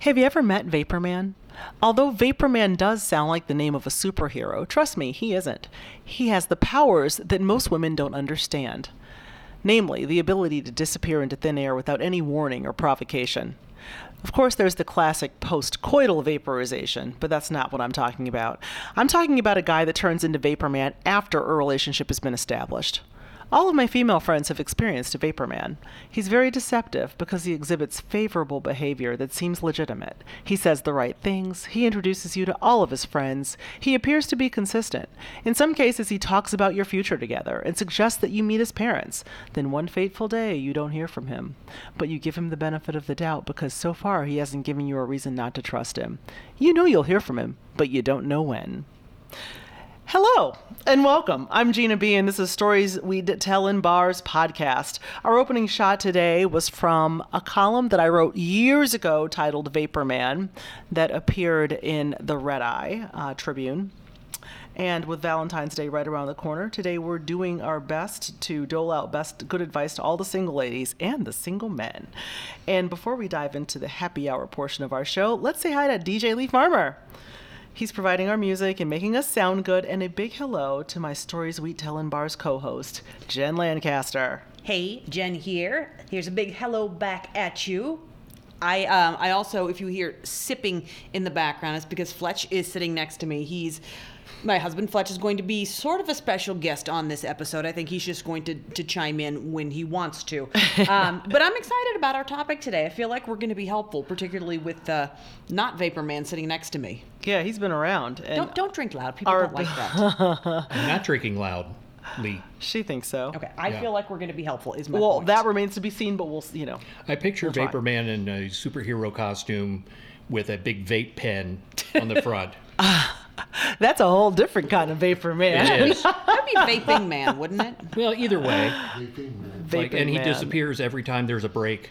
Have you ever met Vapor Man? Although Vapor Man does sound like the name of a superhero, trust me, he isn't. He has the powers that most women don't understand namely, the ability to disappear into thin air without any warning or provocation. Of course, there's the classic post coital vaporization, but that's not what I'm talking about. I'm talking about a guy that turns into Vapor Man after a relationship has been established. All of my female friends have experienced a Vapor Man. He's very deceptive because he exhibits favorable behavior that seems legitimate. He says the right things, he introduces you to all of his friends, he appears to be consistent. In some cases, he talks about your future together and suggests that you meet his parents. Then one fateful day, you don't hear from him. But you give him the benefit of the doubt because so far he hasn't given you a reason not to trust him. You know you'll hear from him, but you don't know when. Hello and welcome. I'm Gina B, and this is Stories We D- Tell in Bars podcast. Our opening shot today was from a column that I wrote years ago titled Vapor Man that appeared in the Red Eye uh, Tribune. And with Valentine's Day right around the corner, today we're doing our best to dole out best good advice to all the single ladies and the single men. And before we dive into the happy hour portion of our show, let's say hi to DJ Lee Farmer. He's providing our music and making us sound good. And a big hello to my Stories We Tell in Bars co host, Jen Lancaster. Hey, Jen here. Here's a big hello back at you. I um, I also, if you hear sipping in the background, it's because Fletch is sitting next to me. He's my husband. Fletch is going to be sort of a special guest on this episode. I think he's just going to to chime in when he wants to. Um, but I'm excited about our topic today. I feel like we're going to be helpful, particularly with uh, not Vapor Man sitting next to me. Yeah, he's been around. And Don't don't drink loud. People Our- don't like that. I'm not drinking loudly. She thinks so. Okay, I Yeah. feel like we're going to be helpful. Is my Well, point. that remains to be seen, but we'll, s- you know. I picture try. Vapor Man in a superhero costume with a big vape pen on the front. That's a whole different kind of vapor man. It is. that'd be vaping man, wouldn't it? Well, either way, like, Vaping and he man. disappears every time there's a break.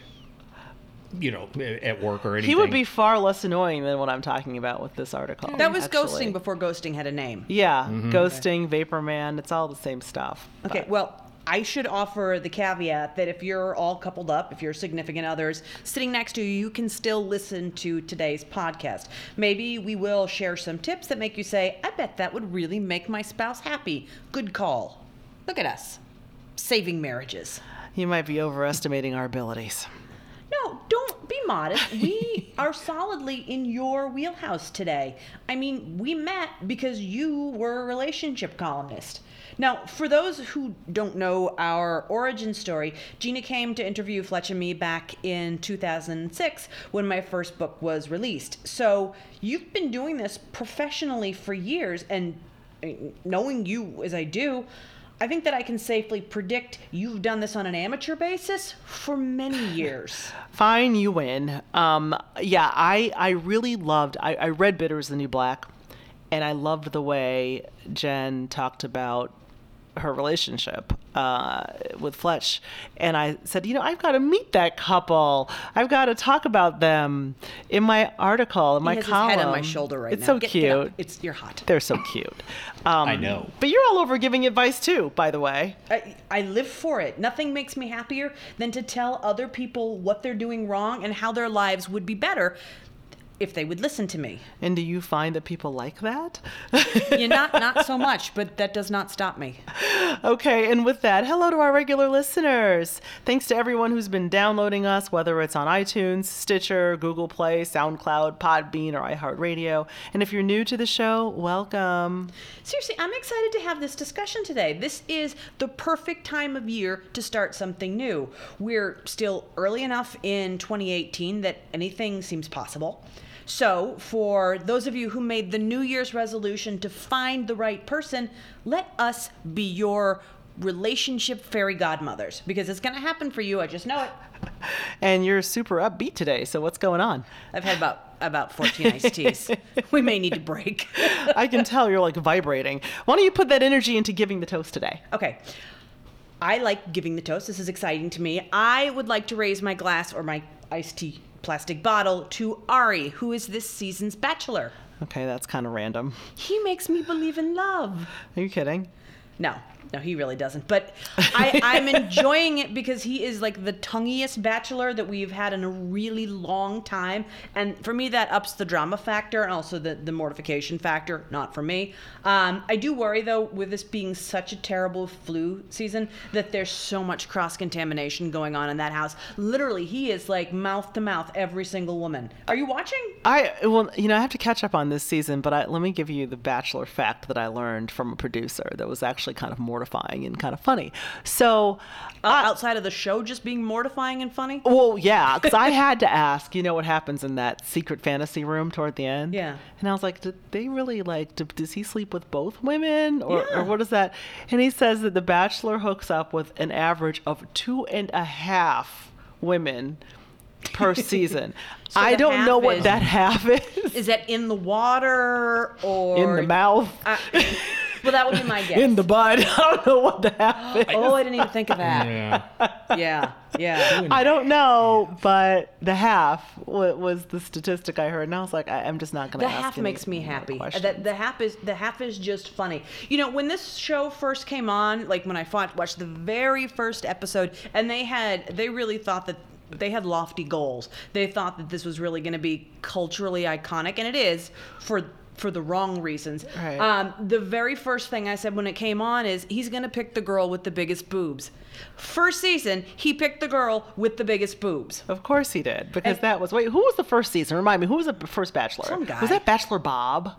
You know, at work or anything. He would be far less annoying than what I'm talking about with this article. That was actually. ghosting before ghosting had a name. Yeah, Mm-hmm. ghosting, vapor man, it's all the same stuff. Okay, well, I should offer the caveat that if you're all coupled up, if your significant others sitting next to you, you can still listen to today's podcast. Maybe we will share some tips that make you say, I bet that would really make my spouse happy. Good call. Look at us saving marriages. You might be overestimating our abilities. No, don't be modest. We are solidly in your wheelhouse today. I mean, we met because you were a relationship columnist. Now, for those who don't know our origin story, Gina came to interview Fletch and me back in 2006 when my first book was released. So you've been doing this professionally for years, and I mean, knowing you as I do, I think that I can safely predict you've done this on an amateur basis for many years. Fine, you win. Um, yeah, I, I really loved, I, I read Bitter is the New Black, and I loved the way Jen talked about her relationship uh, with Fletch. And I said, you know, I've got to meet that couple. I've got to talk about them in my article, in my he has column. his head on my shoulder right it's now. so Get- cute. get up. It's you're hot. They're so cute. Um, I know. But you're all over giving advice too, by the way. I, I live for it. Nothing makes me happier than to tell other people what they're doing wrong and how their lives would be better if they would listen to me. And do you find that people like that? You're not not so much, but that does not stop me. Okay, and with that, hello to our regular listeners. Thanks to everyone who's been downloading us, whether it's on iTunes, Stitcher, Google Play, SoundCloud, Podbean, or iHeartRadio. And if you're new to the show, welcome. Seriously, I'm excited to have this discussion today. This is the perfect time of year to start something new. We're still early enough in 2018 that anything seems possible. So, for those of you who made the New Year's resolution to find the right person, let us be your relationship fairy godmothers because it's going to happen for you. I just know it. And you're super upbeat today, so what's going on? I've had about about 14 iced teas. we may need to break. I can tell you're like vibrating. Why don't you put that energy into giving the toast today? Okay. I like giving the toast. This is exciting to me. I would like to raise my glass or my iced tea plastic bottle to Ari, who is this season's bachelor. Okay, that's kind of random. He makes me believe in love. Are you kidding? No, no, he really doesn't. But I, I'm enjoying it because he is like the tongueiest bachelor that we've had in a really long time. And for me, that ups the drama factor and also the, the mortification factor. Not for me. Um, I do worry, though, with this being such a terrible flu season, that there's so much cross contamination going on in that house. Literally, he is like mouth to mouth every single woman. Are you watching? I well, you know, I have to catch up on this season, but I, let me give you the Bachelor fact that I learned from a producer that was actually kind of mortifying and kind of funny. So, Uh, Ah. outside of the show just being mortifying and funny? well, yeah, because I had to ask, you know, what happens in that secret fantasy room toward the end? Yeah. and I was like, did they really like? d does he sleep with both women, or, Yeah. or what is that? And he says that the Bachelor hooks up with an average of two and a half women per season. So I the don't know half what is- that half is. Is that in the water or in the mouth, I- well, that would be my guess. in the butt. I don't know what the half is. oh, I didn't even think of that. Yeah. yeah, yeah. I don't know, but the half wa- was the statistic I heard, and I was like, I, I'm just not going The to ask. half any makes me more happy. questions. That the half is the half is just funny. You know, when this show first came on, like when I fought, watched the very first episode, and they had they really thought that they had lofty goals. They thought that this was really going to be culturally iconic, and it is for for the wrong reasons. Right. Um, the very first thing I said when it came on is he's going to pick the girl with the biggest boobs. First season, he picked the girl with the biggest boobs. of course he did, because And- that was wait. Who was the first season? Remind me. Who was the first Bachelor? Some guy. Was that Bachelor Bob?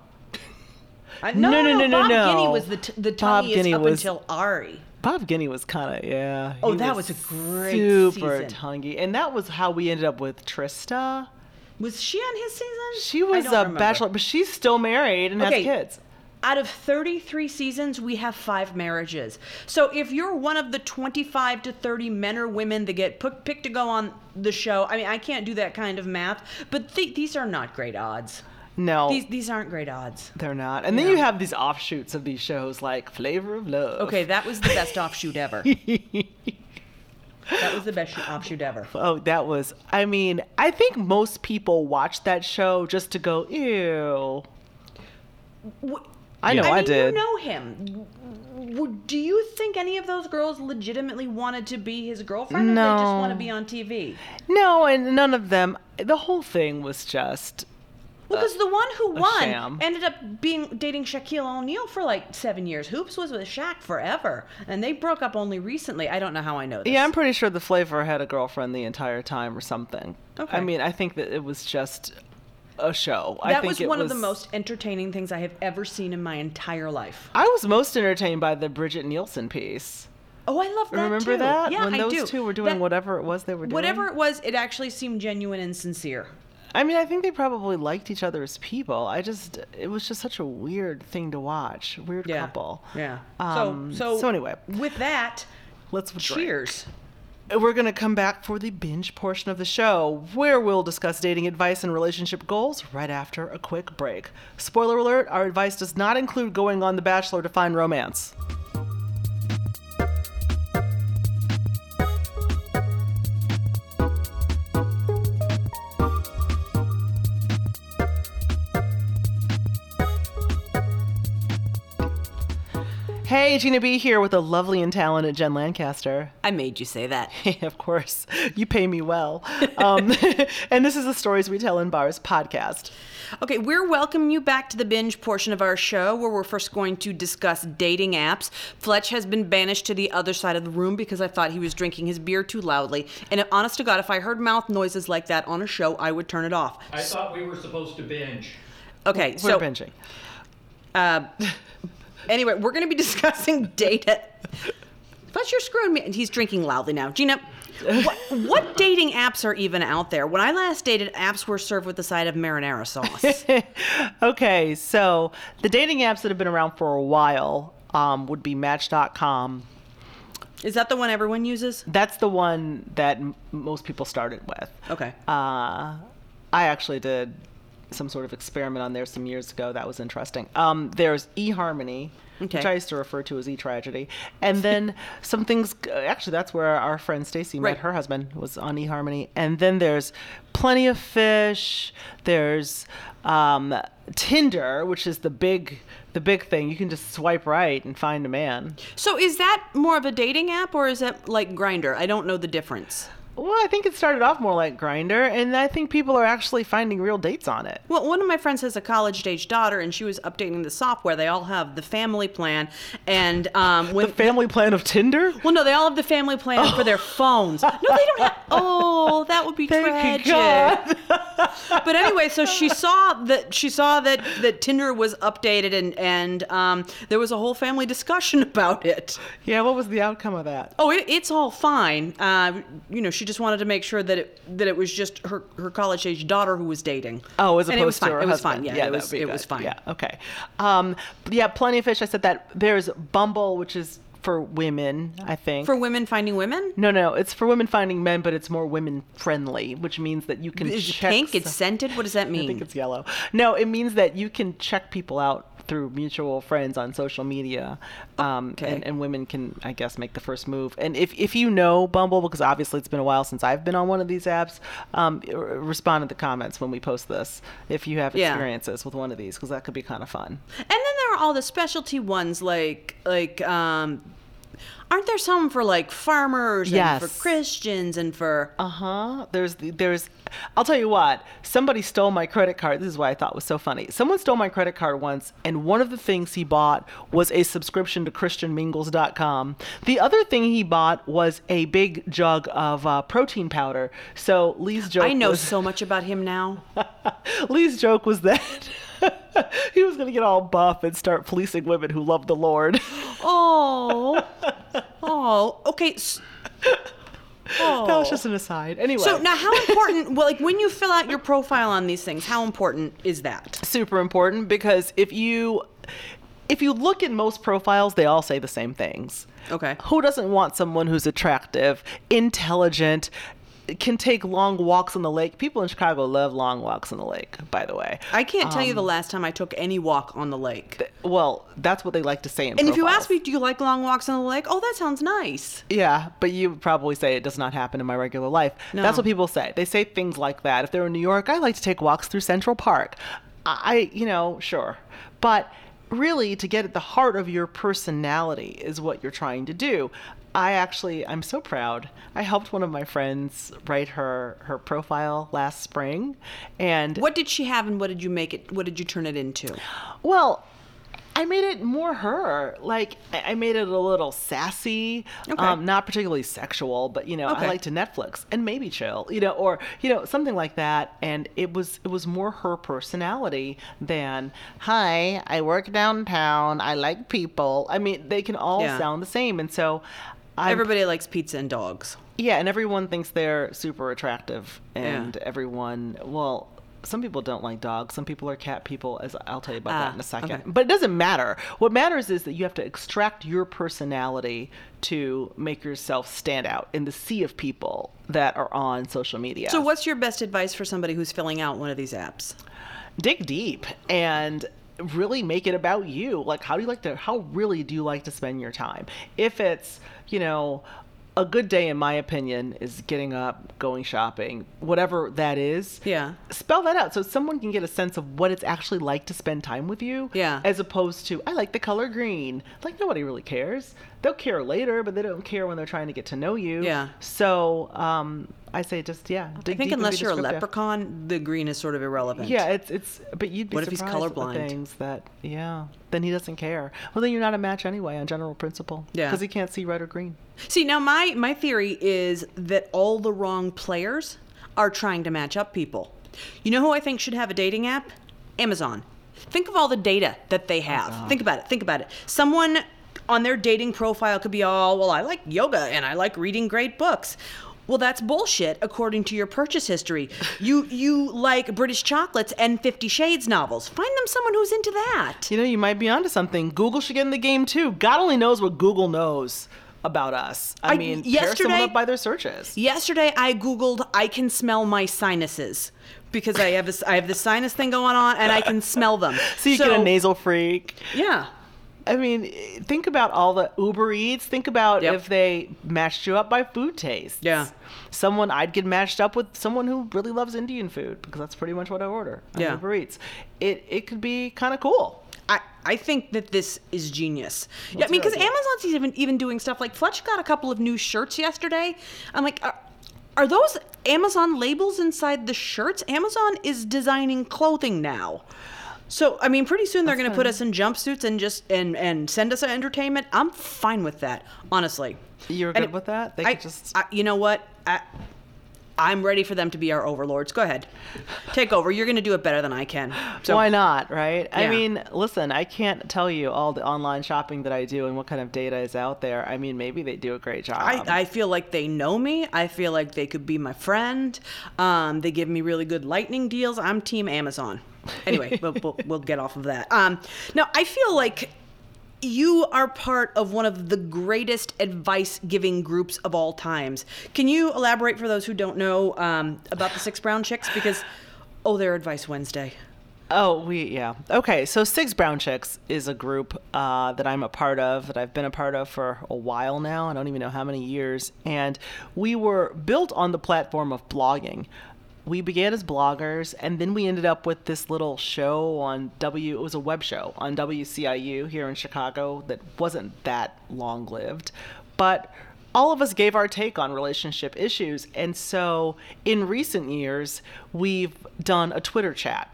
I, No, no, no, no, Uh, Bob no. Guinea was the t- the Bob tongueiest Guinea up was- until Ari. Bob Guinea was kind of yeah. Oh, he that was a great super season. tonguey, and that was how we ended up with Trista. Was she on his season? She I was a don't remember. bachelor, but she's still married and Okay. has kids. Out of 33 seasons, we have five marriages. So if you're one of the 25 to 30 men or women that get put, picked to go on the show, I mean, I can't do that kind of math, but th- these are not great odds. No, These these aren't great odds. they're not. And then you have these offshoots of these shows like Flavor of Love. Okay, that was the best offshoot ever. that was the best shoot- offshoot ever. Oh, that was. I mean, I think most people watch that show just to go, ew. W- I know I, mean, did. You know him. W- w- Do you think any of those girls legitimately wanted to be his girlfriend, or they just No. Uh, want to be on TV? No, and none of them. The whole thing was just. Well, because the one who won sham. ended up being dating Shaquille O'Neal for like seven years. Hoops was with Shaq forever, and they broke up only recently. I don't know how I know this. Yeah, I'm pretty sure the flavor had a girlfriend the entire time or something. Okay. I mean, I think that it was just a show. I that think was it one of the most entertaining things I have ever seen in my entire life. I was most entertained by the Bridget Nielsen piece. Oh, I love that Remember too. that? Yeah, when I those do. two were doing That- whatever it was they were doing. Whatever it was, it actually seemed genuine and sincere. I mean, I think they probably liked each other as people. I just, it was just such a weird thing to watch. Weird Yeah. couple. Yeah. Um, so, so so anyway. with that, Let's drink. cheers. We're going to come back for the binge portion of the show, where we'll discuss dating advice and relationship goals right after a quick break. Spoiler alert our advice does not include going on The Bachelor to find romance. Hey, Gina B here with the lovely and talented Jen Lancaster. I made you say that. of course, you pay me well. Um, and this is the Stories We Tell in Bars podcast. Okay, we're welcoming you back to the binge portion of our show where we're first going to discuss dating apps. Fletch has been banished to the other side of the room because I thought he was drinking his beer too loudly. And honest to God, if I heard mouth noises like that on a show, I would turn it off. I thought we were supposed to binge. Okay, We're so binging. uh, anyway, we're going to be discussing data. Plus, you're screwing me. And he's drinking loudly now. Gina, what, what dating apps are even out there? When I last dated, apps were served with the side of marinara sauce. Okay, so the dating apps that have been around for a while um, would be Match.com. Is that the one everyone uses? That's the one that m- most people started with. Okay. Uh, I actually did some sort of experiment on there some years ago. That was interesting. Um, there's eHarmony, Okay. which I used to refer to as eTragedy, and then some things. Actually, that's where our friend Stacy Right. met her husband was on eHarmony, and then there's Plenty of Fish. There's um, Tinder, which is the big the big thing. You can just swipe right and find a man. So is that more of a dating app or is that like Grinder? I don't know the difference. Well, I think it started off more like Grinder, and I think people are actually finding real dates on it. Well, one of my friends has a college age daughter, and she was updating the software. They all have the family plan, and um, when The family plan of Tinder. well, no, they all have the family plan for Oh. their phones. No, they don't have. Oh, that would be Thank you, tragic. God. But anyway, so she saw that she saw that that Tinder was updated, and and um, there was a whole family discussion about it. Yeah, what was the outcome of that? Oh, it, it's all fine. Uh, you know, she just wanted to make sure that it that it was just her, her college age daughter who was dating. Oh, as And opposed it was fine. to her it was husband. fine. Yeah, it that was would be it good. was fine. Yeah, okay. Um, but yeah, plenty of fish. I said that there's Bumble, which is for women, I think. For women finding women, no, no, it's for women finding men, but it's more women friendly, which means that you can is it check pink? It's some- scented. What does that I think mean? it's yellow. No, it means that you can check people out through mutual friends on social media, um, Okay. and, and women can, I guess, make the first move. And if, if you know Bumble, because obviously it's been a while since I've been on one of these apps, um, r- respond in the comments when we post this if you have Yeah. experiences with one of these, because that could be kind of fun. And then there are all the specialty ones, like like um, aren't there some for like farmers and Yes. for Christians and for Uh huh. There's the, there's, I'll tell you what. Somebody stole my credit card. This is what I thought was so funny. Someone stole my credit card once, and one of the things he bought was a subscription to ChristianMingles.com. The other thing he bought was a big jug of uh, protein powder. So Lee's joke. I know was- so much about him now. Lee's joke was that he was gonna get all buff and start policing women who love the Lord. Oh, oh, okay. s- Oh. that was just an aside. Anyway. So now, how important? Well, like when you fill out your profile on these things, how important is that? super important because if you if you look at most profiles, they all say the same things. Okay. Who doesn't want someone who's attractive, intelligent, can take long walks on the lake? People in Chicago love long walks on the lake, by the way. I can't tell you Um, the last time I took any walk on the lake. well, that's what they like to say in and if you profiles. ask me, do you like long walks on the lake? Oh, that sounds nice. Yeah, but you would probably say it does not happen in my regular life. That's No. what people say. They say things like that. If they're in New York, I like to take walks through Central Park. I, you know, sure. But really, to get at the heart of your personality is what you're trying to do. I actually, I'm so proud. I helped one of my friends write her her profile last spring, and What did she have, and what did you make it? What did you turn it into? well, I made it more her. Like I I made it a little sassy, Okay. um, not particularly sexual, but you know, Okay. I like to Netflix and maybe chill, you know, or you know, something like that. And it was it was more her personality than hi, I work downtown, I like people. I mean, they can all Yeah. sound the same, and so. I'm Everybody likes pizza and dogs. yeah, and everyone thinks they're super attractive, and Yeah. everyone, well, some people don't like dogs. Some people are cat people, as I'll tell you about Ah, that in a second. okay. But it doesn't matter. What matters is that you have to extract your personality to make yourself stand out in the sea of people that are on social media. So, what's your best advice for somebody who's filling out one of these apps? dig deep and really make it about you like how do you like to how really do you like to spend your time if it's you know a good day in my opinion is getting up going shopping whatever that is Yeah. spell that out so someone can get a sense of what it's actually like to spend time with you Yeah. as opposed to i like the color green like nobody really cares they'll care later but they don't care when they're trying to get to know you Yeah. so um i say just yeah dig I think deep and be unless you're a descriptive. leprechaun, the green is sort of irrelevant. Yeah, it's it's. But you'd be What if he's surprised at the colorblind? things that yeah. Then he doesn't care. Well, then you're not a match anyway on general principle. Yeah. because he can't see red or green. See, now my my theory is that all the wrong players are trying to match up people. You know who I think should have a dating app? Amazon. Think of all the data that they have. think about it. Think about it. Someone on their dating profile could be all, "Well, I like yoga and I like reading great books." Well, that's bullshit according to your purchase history. You you like British chocolates and 50 Shades novels. Find them someone who's into that. You know, you might be onto something. Google should get in the game too. God only knows what Google knows about us. I, I- mean, pair someone yesterday- up by their searches. Yesterday, I Googled, I can smell my sinuses. because I have this I have this sinus thing going on and I can smell them. So you get a nasal freak. Yeah. I mean, think about all the Uber Eats. Think about Yep. if they matched you up by food taste. Yeah. Someone I'd get matched up with someone who really loves Indian food because that's pretty much what I order on Yeah. Uber Eats. It it could be kind of cool. I, I think that this is genius. yeah, I That's mean, because really cool. Amazon's even even doing stuff like Fletch got a couple of new shirts yesterday. I'm like, are, are those Amazon labels inside the shirts? Amazon is designing clothing now. So I mean, pretty soon they're going to put us in jumpsuits and just and and send us entertainment. I'm fine with that, honestly. You're And good with that? They I, could just- I- you know what? I, I'm ready for them to be our overlords. Go ahead, take over. You're going to do it better than I can. So Why not, right? I Yeah. mean, listen, I can't tell you all the online shopping that I do and what kind of data is out there. I mean, maybe they do a great job. I, I feel like they know me. I feel like they could be my friend. Um, they give me really good lightning deals. I'm Team Amazon. Anyway, we'll, we'll, we'll get off of that. Um, now, I feel like you are part of one of the greatest advice giving groups of all times. Can you elaborate for those who don't know um, about the Six Brown Chicks? Because, oh, they're Advice Wednesday. Oh, we yeah. Okay, so Six Brown Chicks is a group uh, that I'm a part of, that I've been a part of for a while now. I don't even know how many years. And we were built on the platform of blogging. We began as bloggers, and then we ended up with this little show on W. It was a web show on WCIU here in Chicago that wasn't that long lived, but all of us gave our take on relationship issues. And so in recent years, we've done a Twitter chat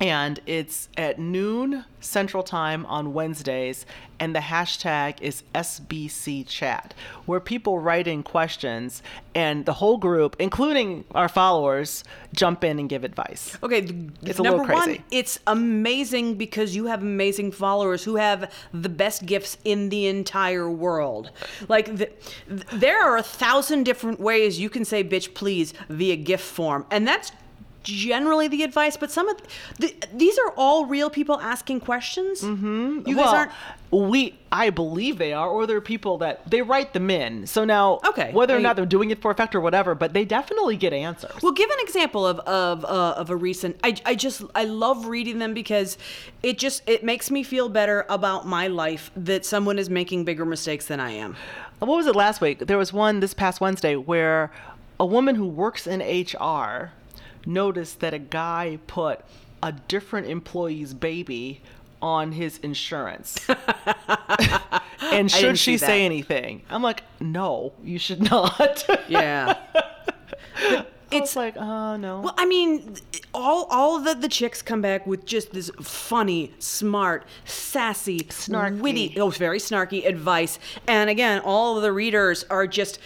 and it's at noon central time on wednesdays and the hashtag is sbc chat where people write in questions and the whole group including our followers jump in and give advice Okay, th- It's a number little one, crazy. it's amazing because you have amazing followers who have the best gifts in the entire world. Like, th- th- there are a thousand different ways you can say "bitch, please" via GIF form, and that's generally the advice. But some of th- th- these are all real people asking questions. Mm-hmm. You guys well, aren't. we i believe they are or they're people that they write them in so now Okay. whether Are or you- not they're doing it for effect or whatever but they definitely get answers Well, give an example of of uh, of a recent. I, I just I love reading them because it just it makes me feel better about my life that someone is making bigger mistakes than I am. what was it last week? There was one this past Wednesday where a woman who works in HR noticed that a guy put a different employee's baby on his insurance. and should didn't she see that. say anything? I'm like, no, you should not. Yeah. it's it's like, oh, no. well, I mean, all all the the chicks come back with just this funny, smart, sassy, Snarky. witty, oh, very snarky advice. And again, all of the readers are just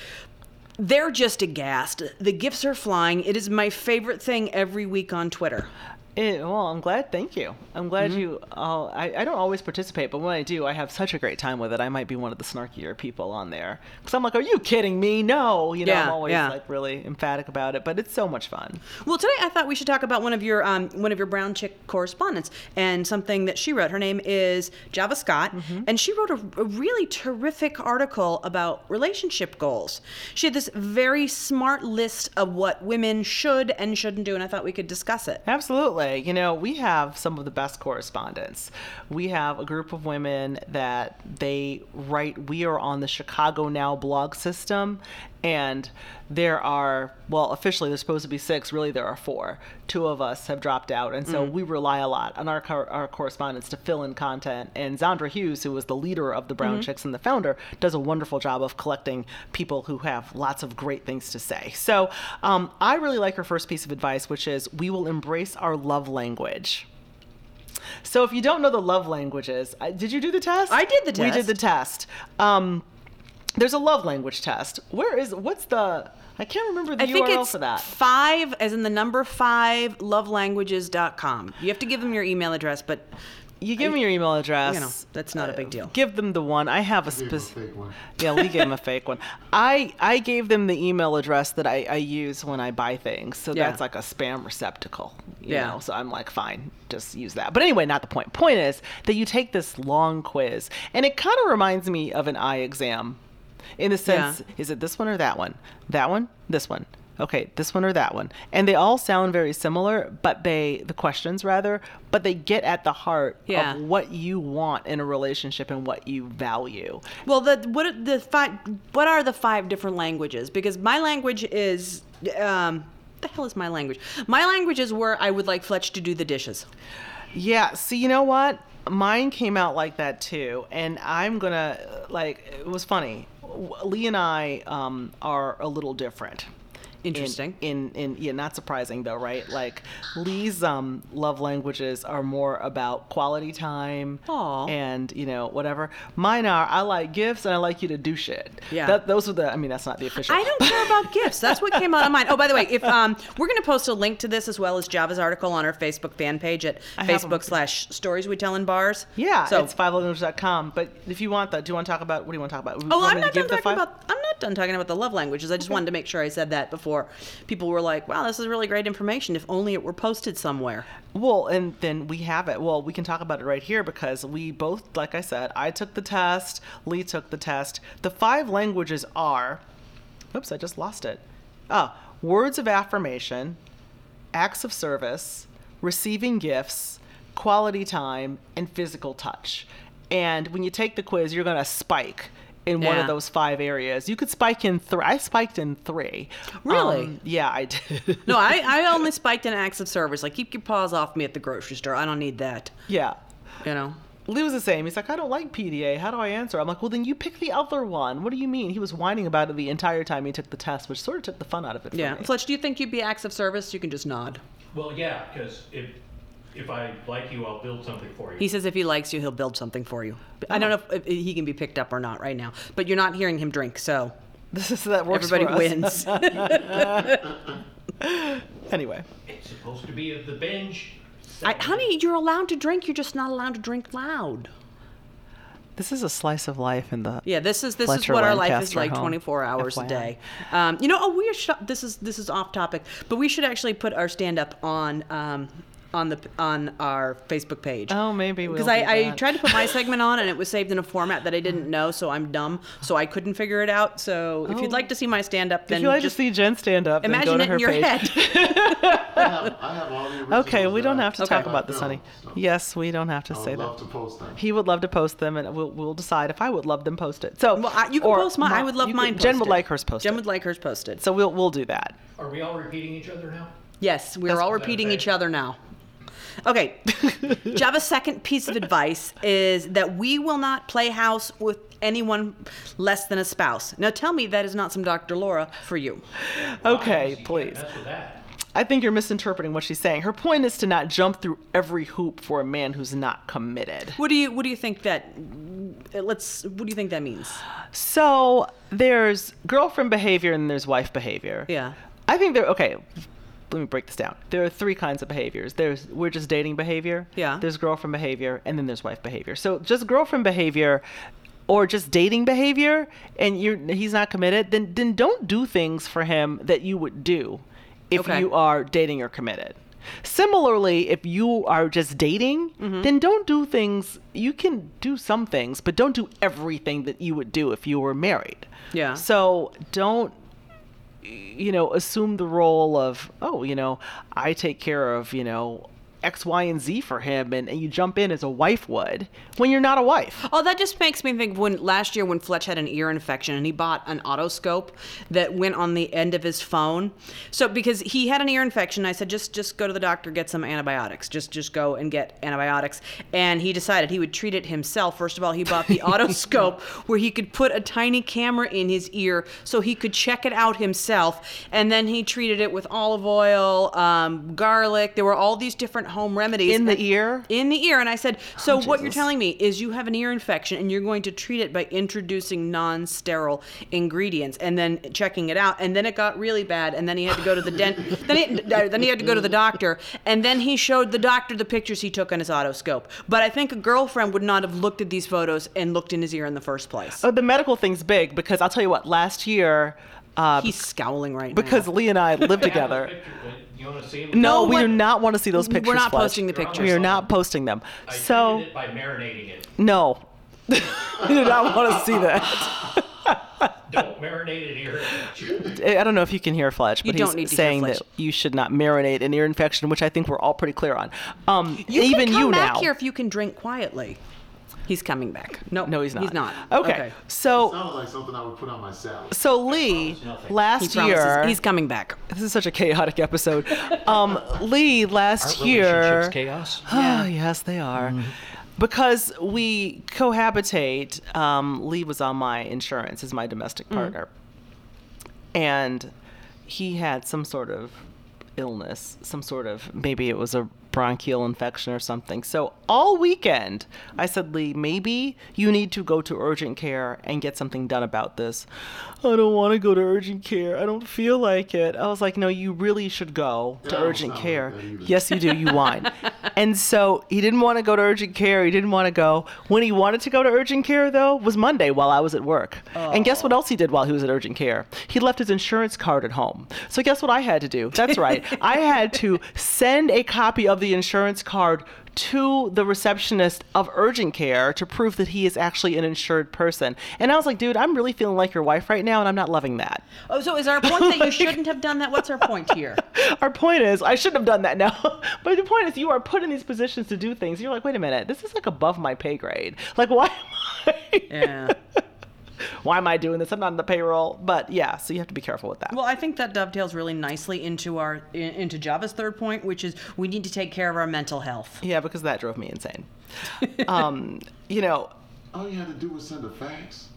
they're just aghast. The gifts are flying. It is my favorite thing every week on Twitter. Eh, well, I'm glad. Thank you. I'm glad Mm-hmm. you. all I, I don't always participate, but when I do, I have such a great time with it. I might be one of the snarkier people on there because I'm like, "Are you kidding me? No!" You know, I'm Yeah, always yeah. like really emphatic about it, but it's so much fun. Well, today I thought we should talk about one of your um, one of your brown chick correspondents and something that she wrote. Her name is Java Scott, Mm-hmm. and she wrote a, a really terrific article about relationship goals. She had this very smart list of what women should and shouldn't do, and I thought we could discuss it. Absolutely. You know, we have some of the best correspondents. We have a group of women that they write, we are on the Chicago Now blog system. And there are, well, officially there's supposed to be six. Really, there are four. Two of us have dropped out. And Mm. so we rely a lot on our, cor- our correspondents to fill in content. And Zandra Hughes, who was the leader of the Mm-hmm. Brown Chicks and the founder, does a wonderful job of collecting people who have lots of great things to say. So um, I really like her first piece of advice, which is we will embrace our love language. So if you don't know the love languages, I- did you do the test? I did the We did test. the test. Um, there's a love language test. Where is what's the? I can't remember the I think URL it's for that. five, as in the number five, lovelanguages.com. You have to give them your email address, but You give me your email address. you know that's not a big deal. Give them the one. I have a Gave him a specific. fake one. yeah, we gave them a fake one. I I gave them the email address that I, I use when I buy things, so Yeah. that's like a spam receptacle. You Yeah. Know? So I'm like, fine, just use that. But anyway, not the point. Point is that you take this long quiz, and it kind of reminds me of an eye exam, in the Yeah. sense, is it this one or that one? That one, this one, Okay, this one or that one. And they all sound very similar, but they, the questions rather, but they get at the heart Yeah. of what you want in a relationship and what you value. Well, the what are the five what are the five different languages? Because my language is um the hell is my language? My language is where I would like Fletch to do the dishes. Yeah. See, you know what? Mine came out like that too, and I'm gonna like it was funny. W- Lee and I um, are a little different. in- Interesting. In, in yeah, not surprising though, right? Like Lee's um, love languages are more about quality time Aw. and you know whatever. Mine are I like gifts and I like you to do shit. Yeah. That, those are the. I mean, that's not the official. I don't care about gifts. That's what came out of mine. Oh, by the way, if um, we're going to post a link to this as well as Java's article on our Facebook fan page at have 'em. Facebook slash Stories We Tell in Bars. Yeah, So, it's fivelanguages.com. But if you want that, do you want to talk about what do you want to talk about? oh, Want I'm me to not done give the five? talking about. I'm not done talking about the love languages. I just wanted to make sure I said that before people were like, "Wow, this is really great information." If only it were posted somewhere. Well, and then we have it. Well, we can talk about it right here because we both, like I said, I took the test, Lee took the test. The five languages are oops, I just lost it. Oh, words of affirmation, acts of service, receiving gifts, quality time, and physical touch. And when you take the quiz, you're going to spike in one of Yeah. those five areas. You could spike in three. I spiked in three. Really? Um, yeah, I did. No, I, I only spiked in acts of service. Like, keep your paws off me at the grocery store. I don't need that. yeah. You know. Lee was the same. He's like, I don't like PDA. How do I answer? I'm like, well, then you pick the other one. What do you mean? He was whining about it the entire time he took the test, which sort of took the fun out of it. For Yeah. me. Fletch, do you think you'd be acts of service? You can just nod. Well, yeah, because if if I like you, I'll build something for you. He says if he likes you, he'll build something for you. I don't know if, if he can be picked up or not right now, but you're not hearing him drink, so this is that works. everybody for us. wins. anyway, it's supposed to be at the binge. I, honey, you're allowed to drink. You're just not allowed to drink loud. this is a slice of life in the. Yeah, this is this Fletcher is what our life is Lancaster like home, 24 hours a FYI. day. Um, you know, oh, we should. This is this is off topic, but we should actually put our stand up on. Um, on the on our Facebook page. Oh, maybe we'll because do I, I that. tried to put my segment on and it was saved in a format that I didn't know, so I'm dumb, so I couldn't figure it out. So if Oh. you'd like to see my stand up, then If you like just to see Jen stand up, then go imagine to it her in your page. head. I have, I have all the originals Okay, we that don't I- have to that talk I've about this, done, honey. so Yes, we don't have to I say would that. love to post them. He would love to post them, and we'll, we'll decide if I would love them post it. So Well, I, you can or post mine. my- I would love you could- mine. Jen would posted. like hers posted. Jen would like hers posted. so we'll we'll do that. Are we all repeating each other now? Yes, we're That's- all repeating okay. each other now. Okay. Java's second piece of advice is that we will not play house with anyone less than a spouse. Now tell me that is not some Dr. Laura for you. Okay, please. That's with that. I think you're misinterpreting what she's saying. Her point is to not jump through every hoop for a man who's not committed. What do you what do you think that let's what do you think that means? So there's girlfriend behavior and there's wife behavior. Yeah. I think there. Okay, let me break this down. There are three kinds of behaviors. There's we're just dating behavior. Yeah. There's girlfriend behavior, and then there's wife behavior. So just girlfriend behavior, or just dating behavior, and you're he's not committed. Then then don't do things for him that you would do if Okay. you are dating or committed. Similarly, if you are just dating, then don't do things. You can do some things, but don't do everything that you would do if you were married. Yeah. So don't you know, assume the role of, oh, you know, I take care of, you know, X, Y, and Z for him, and, and you jump in as a wife would when you're not a wife. Oh, that just makes me think when last year when Fletch had an ear infection and he bought an otoscope that went on the end of his phone. So because he had an ear infection, I said just just go to the doctor, get some antibiotics. Just just go and get antibiotics. And he decided he would treat it himself. First of all, he bought the otoscope where he could put a tiny camera in his ear so he could check it out himself. And then he treated it with olive oil, um, garlic. There were all these different home remedies In the And- ear? in the ear. And I said, So what you're Oh, Jesus. telling me is you have an ear infection and you're going to treat it by introducing non sterile ingredients and then checking it out. And then it got really bad. And then he had to go to the dent. then, he, uh, then he had to go to the doctor. And then he showed the doctor the pictures he took on his otoscope. But I think a girlfriend would not have looked at these photos and looked in his ear in the first place. So Oh, the medical thing's big because I'll tell you what, last year, uh, He's scowling right because now. Lee and I lived I have those together. pictures, but You want to see them? No, we what- do not want to see those We're pictures. not Fletch. posting the pictures. We are not posting them. I treated so, it by marinating it. no. we do not want to see that. Don't marinate an ear infection. I don't know if you can hear Fletch, but You he's don't need to hear saying Fletch. that you should not marinate an ear infection, which I think we're all pretty clear on. Um, You even can come you back now. here if you can drink quietly. He's coming back. No, no, he's not. He's not. Okay. So, Sounded like something I would put on my salad. so Lee, He last promises year, he's coming back. this is such a chaotic episode. Um, Lee, last Our year, relationships chaos. Oh, yes, they are. Mm-hmm. Because we cohabitate, um, Lee was on my insurance as my domestic Mm. partner. And he had some sort of illness, some sort of maybe it was a bronchial infection or something. So all weekend, I said, Lee, maybe you need to go to urgent care and get something done about this. I don't want to go to urgent care. I don't feel like it. I was like, no, you really should go to Yeah, I don't urgent sound like care. that either. yes, you do. You whine. and so he didn't want to go to urgent care. He didn't want to go. When he wanted to go to urgent care, though, was Monday while I was at work. And guess what else he did while he was at urgent care? He left his insurance card at home. So guess what I had to do? That's right. I had to send a copy of the insurance card to the receptionist of urgent care to prove that he is actually an insured person. And I was like, dude, I'm really feeling like your wife right now, and I'm not loving that. Oh, so is our point that you shouldn't have done that? What's our point here? Our point is, I shouldn't have done that now. but the point is, you are put in these positions to do things. You're like, wait a minute, this is like above my pay grade. Like, why am I? Yeah. Why am I doing this? I'm not on the payroll. But yeah, so you have to be careful with that. Well, I think that dovetails really nicely into our i- into Java's third point, which is we need to take care of our mental health. yeah, because that drove me insane. um, you know, All you had to do was send a fax.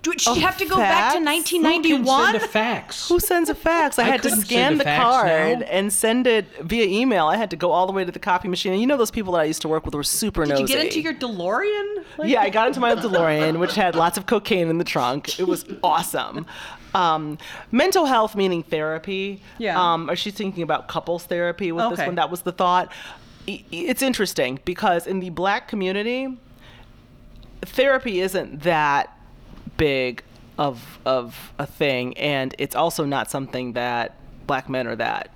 Dude, she have to go back Oh, facts? to Who can Who can 1991. send a fax? who sends a fax? I, had to couldn't scan send a the fax card now. and send it via email. I had to go all the way to the copy machine. And you know, those people that I used to work with were super Did nosy. you get into your DeLorean? Like, yeah, I got into my DeLorean, which had lots of cocaine in the trunk. It was awesome. Um, mental health, meaning therapy. Yeah. Um, or she's thinking about couples therapy with this Okay. one. That was the thought. I- i- It's interesting because in the black community, therapy isn't that big of of a thing, and it's also not something that black men are that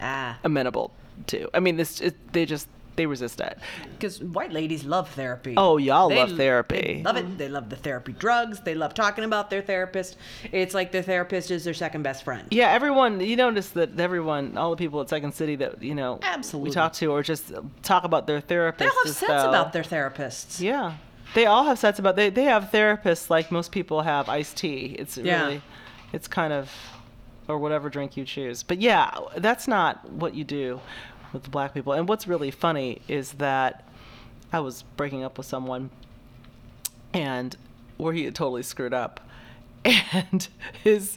Ah, amenable to. I mean, this it, they just they resist it. because white ladies love therapy. Oh, y'all They love l- therapy. They love it. They love the therapy drugs. They love talking about their therapist. It's like their therapist is their second best friend. Yeah, everyone. You notice that everyone, all the people at Second City that you know, Absolutely. we talk to, or just talk about their therapist. They all have as sense though- about their therapists. Yeah, they all have sets about. They they have therapists like most people have iced tea. It's Yeah. really, it's kind of, or whatever drink you choose. But yeah, that's not what you do with black people. And what's really funny is that I was breaking up with someone and where he had totally screwed up. And his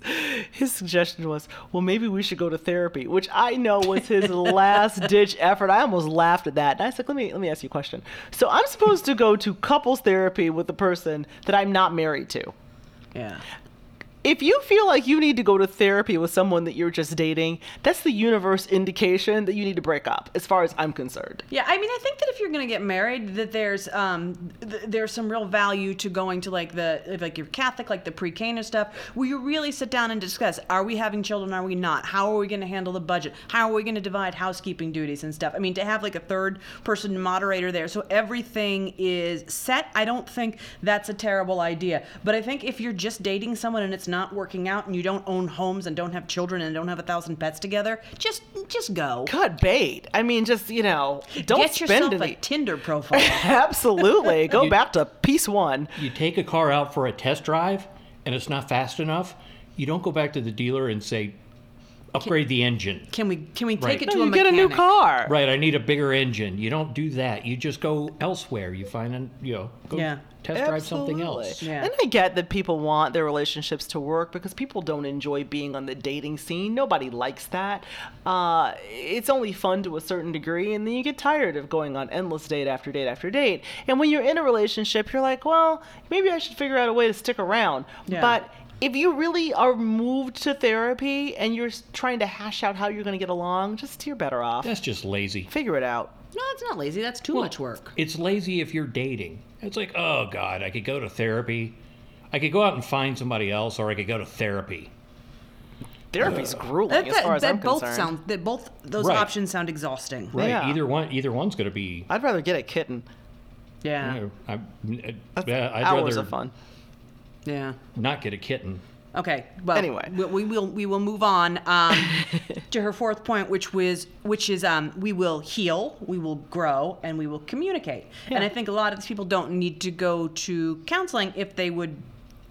his suggestion was, well, maybe we should go to therapy, which I know was his last ditch effort. I almost laughed at that. And I said, let me let me ask you a question. So I'm supposed to go to couples therapy with the person that I'm not married to. Yeah. If you feel like you need to go to therapy with someone that you're just dating, that's the universe indication that you need to break up, as far as I'm concerned. Yeah, I mean, I think that if you're gonna get married, that there's um, th- there's some real value to going to like the if, like you're Catholic, like the pre-Cana stuff, where you really sit down and discuss: Are we having children? Are we not? How are we gonna handle the budget? How are we gonna divide housekeeping duties and stuff? I mean, to have like a third person moderator there, so everything is set. I don't think that's a terrible idea. But I think if you're just dating someone and it's not working out, and you don't own homes and don't have children and don't have a thousand pets together, just just go. Cut bait. I mean, just you know, don't Get spend yourself any- a Tinder profile. Absolutely. Go back to piece one. You take a car out for a test drive and it's not fast enough. You don't go back to the dealer and say, upgrade the engine. Can we can we take Right. it No, to You a get a new mechanic? car. Right, I need a bigger engine. You don't do that. You just go elsewhere. You find an, you know, go Yeah. test drive something else. Absolutely. Yeah. And I get that people want their relationships to work because people don't enjoy being on the dating scene. Nobody likes that. Uh, it's only fun to a certain degree, and then you get tired of going on endless date after date after date. And when you're in a relationship, you're like, well, maybe I should figure out a way to stick around. Yeah. But if you really are moved to therapy and you're s- trying to hash out how you're going to get along, just you're better off. That's just lazy. Figure it out. No, it's not lazy. That's too much work. It's lazy if you're dating. It's like, oh God, I could go to therapy. I could go out and find somebody else, or I could go to therapy. Therapy's grueling That, as far that, as I'm that both concerned. sound that both those Right. options sound exhausting. Right. Yeah. Either one. Either one's going to be. I'd rather get a kitten. Yeah. I, I, I'd That's rather hours of fun. Yeah. not get a kitten. Okay. Well, Anyway. we, we will we will move on um, to her fourth point, which was which is um, we will heal, we will grow, and we will communicate. And I think a lot of these people don't need to go to counseling if they would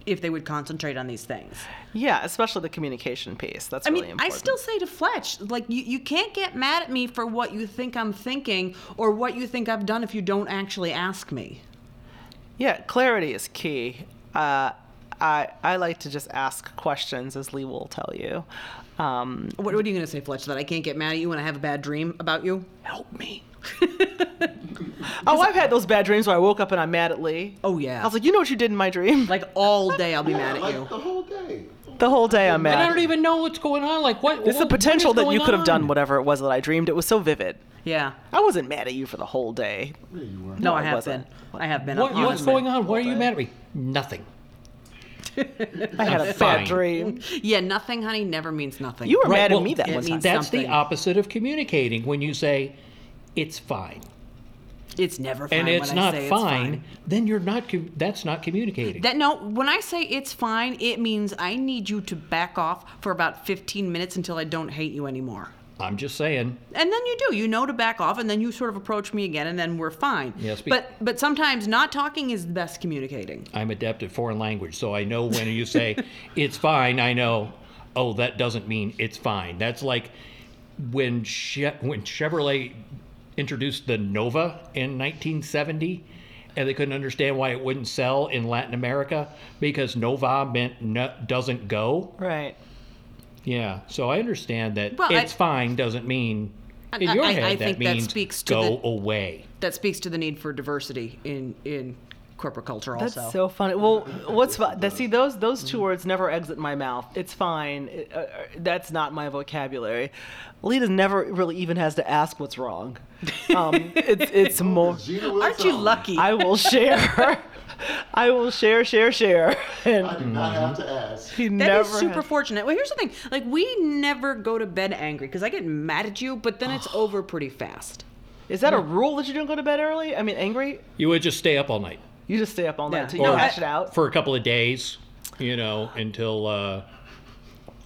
if they would concentrate on these things. Yeah, especially the communication piece. That's I really mean, I important. still say to Fletch, like you, you can't get mad at me for what you think I'm thinking or what you think I've done if you don't actually ask me. Yeah, clarity is key. Uh, I I like to just ask questions, as Lee will tell you. Um, What, what are you going to say, Fletch? That I can't get mad at you when I have a bad dream about you? help me. oh, I've had those bad dreams where I woke up and I'm mad at Lee. Oh, yeah. I was like, you know what you did in my dream? Like all day, I'll be mad at like you. the whole day. The whole day I'm And I mad. don't even know what's going on. Like what? it's the what- what is potential that going you could have done on? whatever it was that I dreamed. It was so vivid. Yeah. I wasn't mad at you for the whole day. Yeah, you were. No, I it have wasn't. been. I have been. What, I'm what's honest. going on? Why are you mad at me? Nothing. I had a Fine. bad dream. Yeah, nothing, honey, never means nothing. You were Right, mad well, at me that it one time. means That's something. the opposite of communicating when you say it's fine It's never fine. and it's when not I say fine, It's fine. then you're not com- that's not communicating. That no, when I say it's fine, it means I need you to back off for about 15 minutes until I don't hate you anymore. I'm just saying. And then you do. You know to back off, and then you sort of approach me again, and then we're fine. Yes, be- but but sometimes not talking is the best communicating. I'm adept at foreign language, so I know when you say it's fine, I know, oh, that doesn't mean it's fine. That's like when che- when Chevrolet introduced the Nova in 1970 and they couldn't understand why it wouldn't sell in Latin America because Nova meant no, doesn't go. Right. Yeah, so I understand that Well, I- it's fine doesn't mean I- in your I- I head that think that means speaks to go the- away. That speaks to the need for diversity in in corporate culture. That's Also, so funny. Well, what's fun? That, see, those those two words never exit my mouth. It's fine. It- uh, uh, that's not my vocabulary. Lita never really even has to ask what's wrong. Um, it's it's Oh, more. Gina Wilson. aren't you lucky? I will share. I will share, share, share. I And do not have to ask. he That never. is super has- fortunate. Well, here's the thing: like we never go to bed angry because I get mad at you, but then it's over pretty fast. is that a rule that you don't go to bed early? I mean, angry. You would just stay up all night. You just stay up all night Yeah. until you Or- hash it out. for a couple of days, you know, until uh,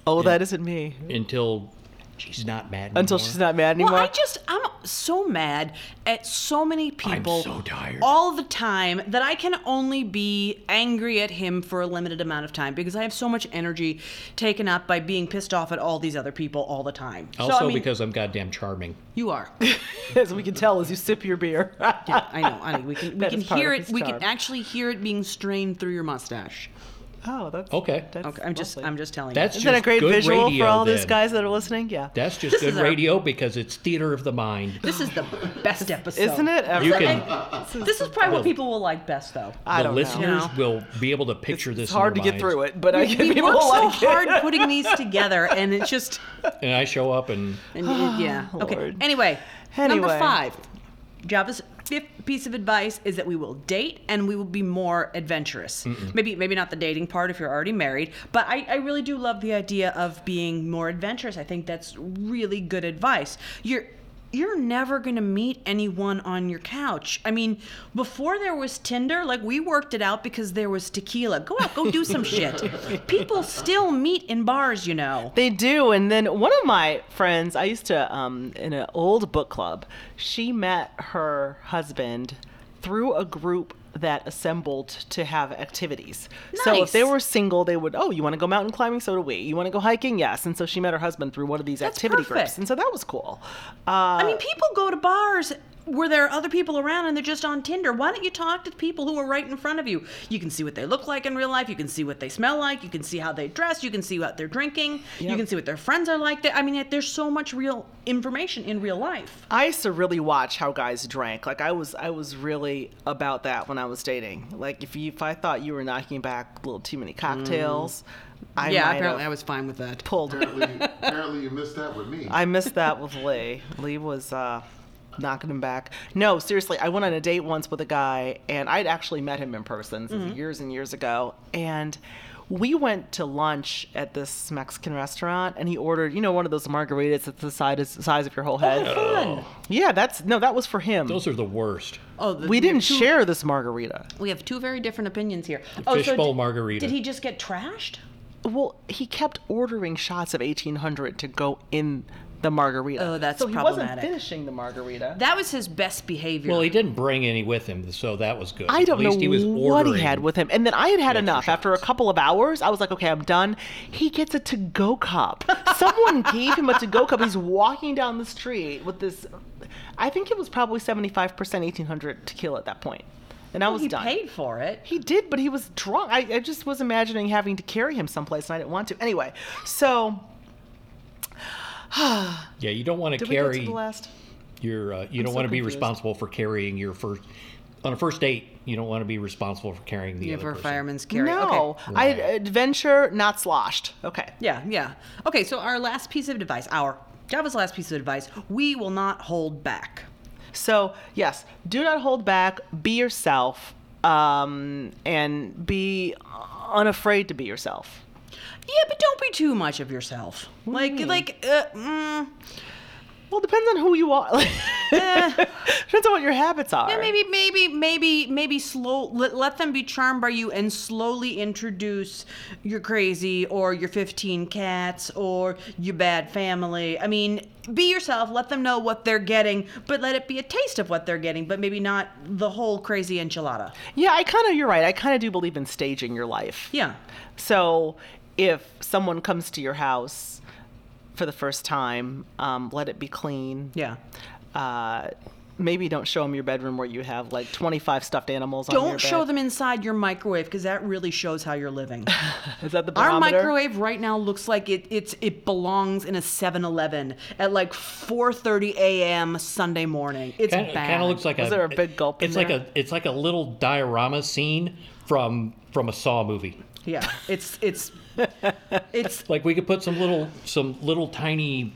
Oh, that isn't me. until she's not mad. Until anymore. she's not mad anymore. Well, I just I'm so mad at so many people so tired. all the time that I can only be angry at him for a limited amount of time because I have so much energy taken up by being pissed off at all these other people all the time. So, I Also mean, because I'm goddamn charming. you are. as we can tell as you sip your beer. I know, honey. We can we That can is part of hear it. his We charm. can actually hear it being strained through your mustache. oh, that's Okay. That's Okay, I'm just lovely. I'm just telling That's you. Isn't that a just great good visual radio, for all those then. guys that are listening? Yeah. That's just good is our- radio because it's theater of the mind. This is the best episode. Isn't it ever? You can This is probably what people will like best, though. I the don't know. listeners No. will be able to picture this. It's hard to get through it, but I can we people work so like hard it. putting these together, and it's just And I show up and And y- yeah. Okay. Lord. Anyway, number Anyway. five. Java's fifth piece of advice is that we will date and we will be more adventurous. Maybe maybe not the dating part if you're already married, but I, I really do love the idea of being more adventurous. I think that's really good advice. You're you're never gonna meet anyone on your couch. I mean, before there was Tinder, like we worked it out because there was tequila. Go out, go do some shit. People still meet in bars, you know. They do. And then one of my friends, I used to, um, in an old book club, she met her husband through a group that assembled to have activities. So if they Nice. were single, they would, oh, you want to go mountain climbing? So do we. You want to go hiking? Yes. And so she met her husband through one of these That's activity perfect. groups. And so that was cool. Uh, I mean, people go to bars where there are other people around and they're just on Tinder. Why don't you talk to the people who are right in front of you? You can see what they look like in real life. You can see what they smell like. You can see how they dress. You can see what they're drinking. You Yep. can see what their friends are like. They- I mean, there's so much real information in real life. I used to really watch how guys drank. Like I was, I was really about that when I was dating. Like if you, if I thought you were knocking back a little too many cocktails, I might have was fine with that. pulled. Apparently, apparently you missed that with me. I missed that with Lee. Lee was uh, knocking him back. No, seriously, I went on a date once with a guy, and I'd actually met him in person this is years and years ago, and We went to lunch at this Mexican restaurant, and he ordered, you know, one of those margaritas that's the size size of your whole head. Fun. Yeah, that's no, that was for him. Those are the worst. Oh, the, we didn't two, share this margarita. We have two very different opinions here. Oh, Fishbowl did- margarita. Did he just get trashed? Well, he kept ordering shots of 1800 to go in the margarita. Oh, that's so he wasn't problematic. finishing the margarita. That was his best behavior. Well, he didn't bring any with him, so that was good. I don't At least know he was what he ordering. had with him. And then I had had extra enough. After a shots. couple of hours, I was like, okay, I'm done. He gets a to go cup. Someone gave him a to go cup. He's walking down the street with this. I think it was probably 75% 1800 tequila at that point. And I was He done. paid for it. He did, but he was drunk. I, I just was imagining having to carry him someplace and I didn't want to. Anyway, so. Yeah, you don't want to Did we go carry to the last? your. Uh, you don't so want to be confused. responsible for carrying your first. On a first date, you don't want to be responsible for carrying the You have other our person. fireman's carry. No, Okay. I Right. adventure not sloshed. Okay. Yeah, yeah. Okay, so our last piece of advice, our Java's last piece of advice, we will not hold back. So yes, do not hold back. Be yourself, um, and be unafraid to be yourself. Yeah, but don't be too much of yourself. Like, like, uh, mm, Well, depends on who you are. depends on what your habits are. yeah, eh, maybe, maybe, maybe, maybe slow. Let, let them be charmed by you and slowly introduce your crazy or your 15 cats or your bad family. I mean, be yourself. Let them know what they're getting, but let it be a taste of what they're getting, but maybe not the whole crazy enchilada. Yeah, I kind of. You're right. I kind of do believe in staging your life. Yeah. So if someone comes to your house for the first time, um, let it be clean. Yeah. Uh, maybe don't show them your bedroom where you have like 25 stuffed animals. on your Don't show bed. them inside your microwave because that really shows how you're living. Is that the Our barometer? microwave right now looks like it it's it belongs in a 7-Eleven at like 4:30 a.m. Sunday morning. It's Kind of, bad. kind of looks like Was a. there a big gulp in It's like there? a. It's like a little diorama scene from from a Saw movie. yeah. It's it's it's Like we could put some little some little tiny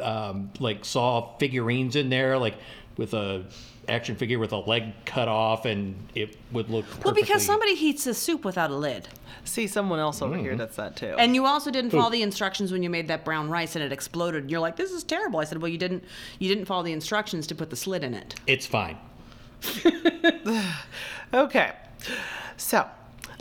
um, like saw figurines in there, like with a action figure with a leg cut off, and it would look. well because perfectly- somebody heats a soup without a lid. See someone else over Mm-hmm. here does that too. And you also didn't follow the instructions when you made that brown rice and it exploded. You're like, "This is terrible." I said, "Well, you didn't you didn't follow the instructions to put the slit in it." It's fine. Okay. So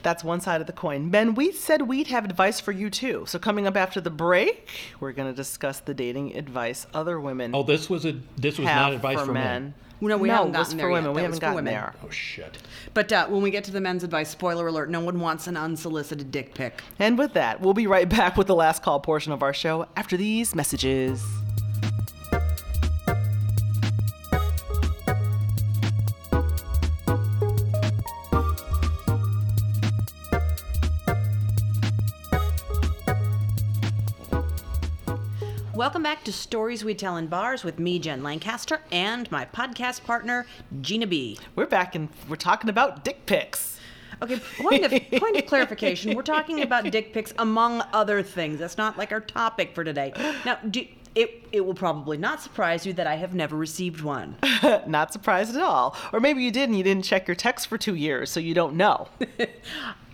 that's one side of the coin. Ben, we said we'd have advice for you too. So coming up after the break, we're going to discuss the dating advice other women Oh, this was a. This was have not advice for, for, men. No, we haven't it was gotten for there yet. women. We That haven't was for gotten women. there. Oh shit. But uh, when we get to the men's advice, spoiler alert, no one wants an unsolicited dick pic. And with that, we'll be right back with the last call portion of our show after these messages. Welcome back to Stories We Tell in Bars with me, Jen Lancaster, and my podcast partner, Gina B. We're back and we're talking about dick pics. Okay, point of, point of clarification. We're talking about dick pics among other things. That's not like our topic for today. Now, do, it, it will probably not surprise you that I have never received one. Not surprised at all. Or maybe you did and you didn't check your text for two years, so you don't know.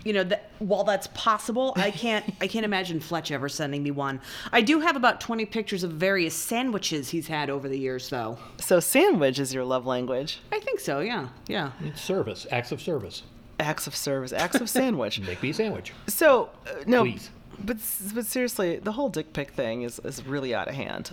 you know that while that's possible i can't i can't imagine fletch ever sending me one i do have about 20 pictures of various sandwiches he's had over the years though so, sandwich is your love language. i think so yeah yeah It's service. Acts of service. Acts of service, acts of sandwich. Make me a sandwich. So uh, no, Please. but s- but seriously, the whole dick pic thing is is really out of hand.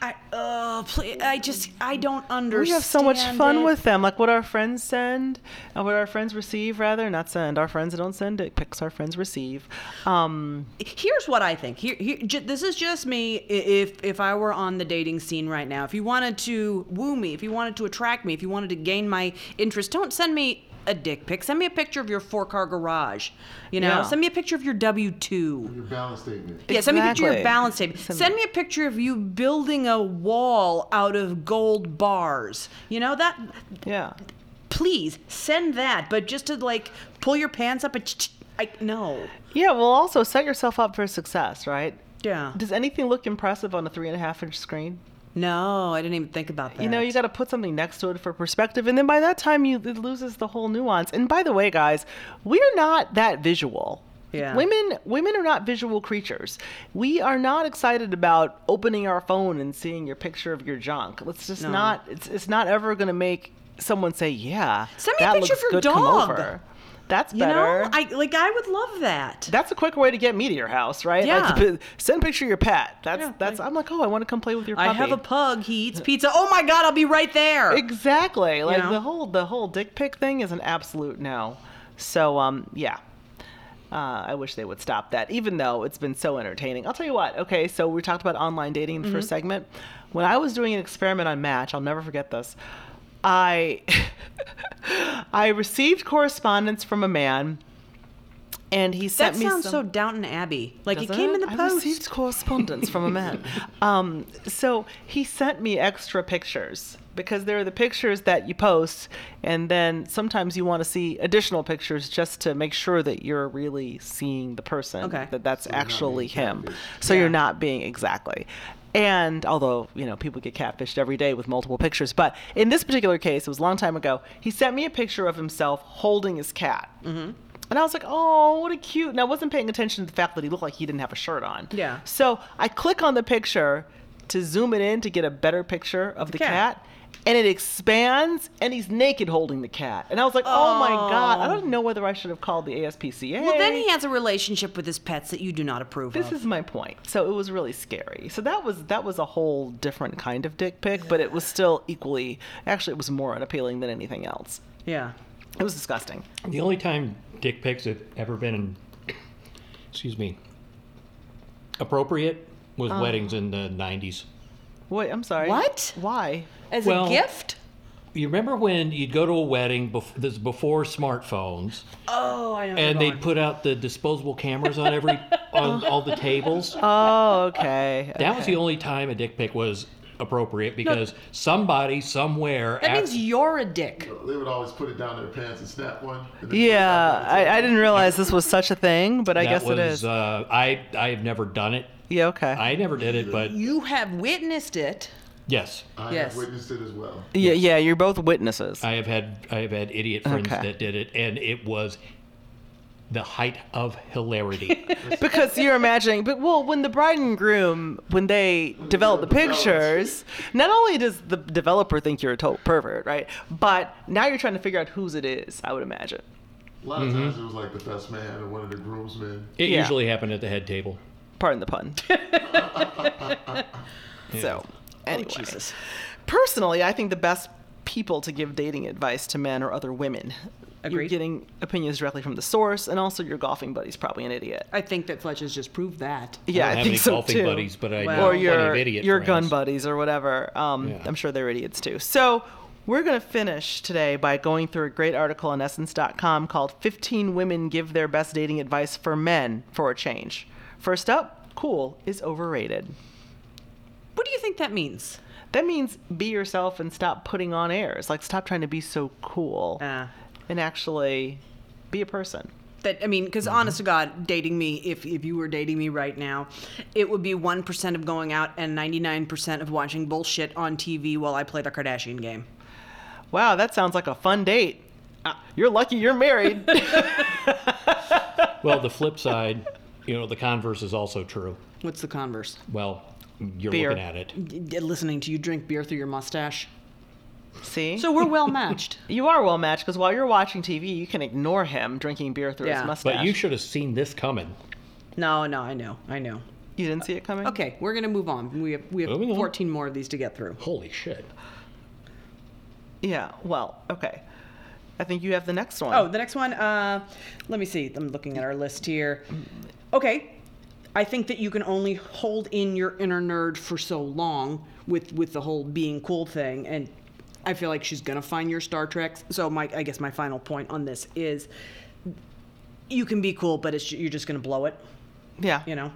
i uh please, i just i don't understand We have so much fun it. with them, like what our friends send, and what our friends receive, rather not send. Our friends don't send dick pics. Our friends receive. Um, here's what I think. Here, here j- this is just me. i- If if I were on the dating scene right now, if you wanted to woo me, if you wanted to attract me, if you wanted to gain my interest, don't send me a dick pic. Send me a picture of your four car garage. You know, Yeah. send me a picture of your W two. Your balance statement. Yeah, send me a picture of your Exactly. balance tape. Send Send, me- me a picture of you building a wall out of gold bars. You know that. yeah. Please send that, but just to like pull your pants up. And I no. Yeah, well, also set yourself up for success, right? Yeah. Does anything look impressive on a three and a half inch screen? No, I didn't even think about that. You know, you got to put something next to it for perspective, and then by that time, you it loses the whole nuance. And by the way, guys, we're not that visual. Yeah. Women women are not visual creatures. We are not excited about opening our phone and seeing your picture of your junk. Let's just No. not it's it's not ever going to make someone say, "Yeah, Send me a that picture looks of your good, come dog." over." That's You better. know, I like I would love that. that's a quick way to get me to your house, right? Yeah. Like, p- send a picture of your pet. That's Yeah, that's. I'm like, oh, I want to come play with your puppy. I have a pug. He eats pizza. Oh my god, I'll be right there. Exactly. Like know? the whole the whole dick pic thing is an absolute no. So um yeah. Uh, I wish they would stop that, even though it's been so entertaining. I'll tell you what. Okay, so we talked about online dating in the Mm-hmm. first segment. When I was doing an experiment on Match, I'll never forget this. I I received correspondence from a man, and he sent that me. sounds some- so Downton Abbey. Like it doesn't came in the I post. received correspondence from a man. Um, so he sent me extra pictures because there are the pictures that you post, and then sometimes you want to see additional pictures just to make sure that you're really seeing the person. Okay. That that's you're not actually being him. catfished. So you're not being exactly. And although, you know, people get catfished every day with multiple pictures, but in this particular case, it was a long time ago, he sent me a picture of himself holding his cat. Mm-hmm. And I was like, oh, what a cute. And I wasn't paying attention to the fact that he looked like he didn't have a shirt on. Yeah. So I click on the picture to zoom it in to get a better picture of the cat. cat. and it expands, and he's naked holding the cat. And I was like, oh, my God. I don't know whether I should have called the ASPCA. Well, then he has a relationship with his pets that you do not approve This of. is my point. So it was really scary. So that was that was a whole different kind of dick pic, but it was still equally actually it was more unappealing than anything else. yeah. It was disgusting. The only time dick pics have ever been, excuse me, appropriate was Oh. weddings in the 90s. Wait, I'm sorry. What? Why? As Well- a gift? You remember when you'd go to a wedding, bef- this is before smartphones, Oh, I know. and they'd put out the disposable cameras on every, on all the tables? Oh, okay. That was the only time a dick pic was appropriate because somebody somewhere That at- means you're a dick. They would always put it down their pants and snap one. and then put it Yeah, back on the I, I table. didn't realize this was such a thing, but I that guess was, it is. Uh, I I've never done it. yeah, okay. I never did it, but You have witnessed it. yes, I Yes. have witnessed it as well. yeah, yeah, you're both witnesses. I have had I have had idiot friends Okay. that did it, and it was the height of hilarity. because you're imagining but well when the bride and groom when they develop the pictures not only does the developer think you're a total pervert right but now you're trying to figure out whose it is i would imagine A lot of Mm-hmm. times it was like the best man or one of the groomsmen. It Yeah. usually happened at the head table. pardon the pun so anyway Oh, Jesus. personally i think the best people to give dating advice to men or other women you're Agreed. getting opinions directly from the source and also your golfing buddy's probably an idiot I think that Fletcher's just proved that. yeah, I I don't have think any so golfing too. buddies, but I Wow. know or plenty your of idiot your gun friends. buddies or whatever. Um, Yeah. I'm sure they're idiots too. So we're gonna finish today by going through a great article on Essence.com called "15 Women Give Their Best Dating Advice for Men for a Change." First up, cool is overrated. What do you think that means? That means be yourself and stop putting on airs. Like stop trying to be so cool Uh, and actually be a person. that I mean, because honest to God, dating me, if if you were dating me right now, it would be one percent of going out and ninety nine percent of watching bullshit on TV while I play the Kardashian game. Wow, that sounds like a fun date. Uh, You're lucky you're married. Well, the flip side, you know, the converse is also true. What's the converse? Well, you're Beer. looking at it. D- d- Listening to you drink beer through your mustache. See? So we're well matched. You are well matched because while you're watching TV, you can ignore him drinking beer through Yeah. his mustache. But you should have seen this coming. No, no, I know, I know. You didn't see it coming. Okay, we're gonna move on. We have we have Moving on. fourteen more of these to get through. Holy shit. Yeah. Well. Okay. I think you have the next one. Oh, the next one. Uh, let me see. I'm looking at our list here. Okay, I think that you can only hold in your inner nerd for so long with with the whole being cool thing, and I feel like she's gonna find your Star Treks. So my I guess my final point on this is, you can be cool, but it's you're just gonna blow it. yeah. You know.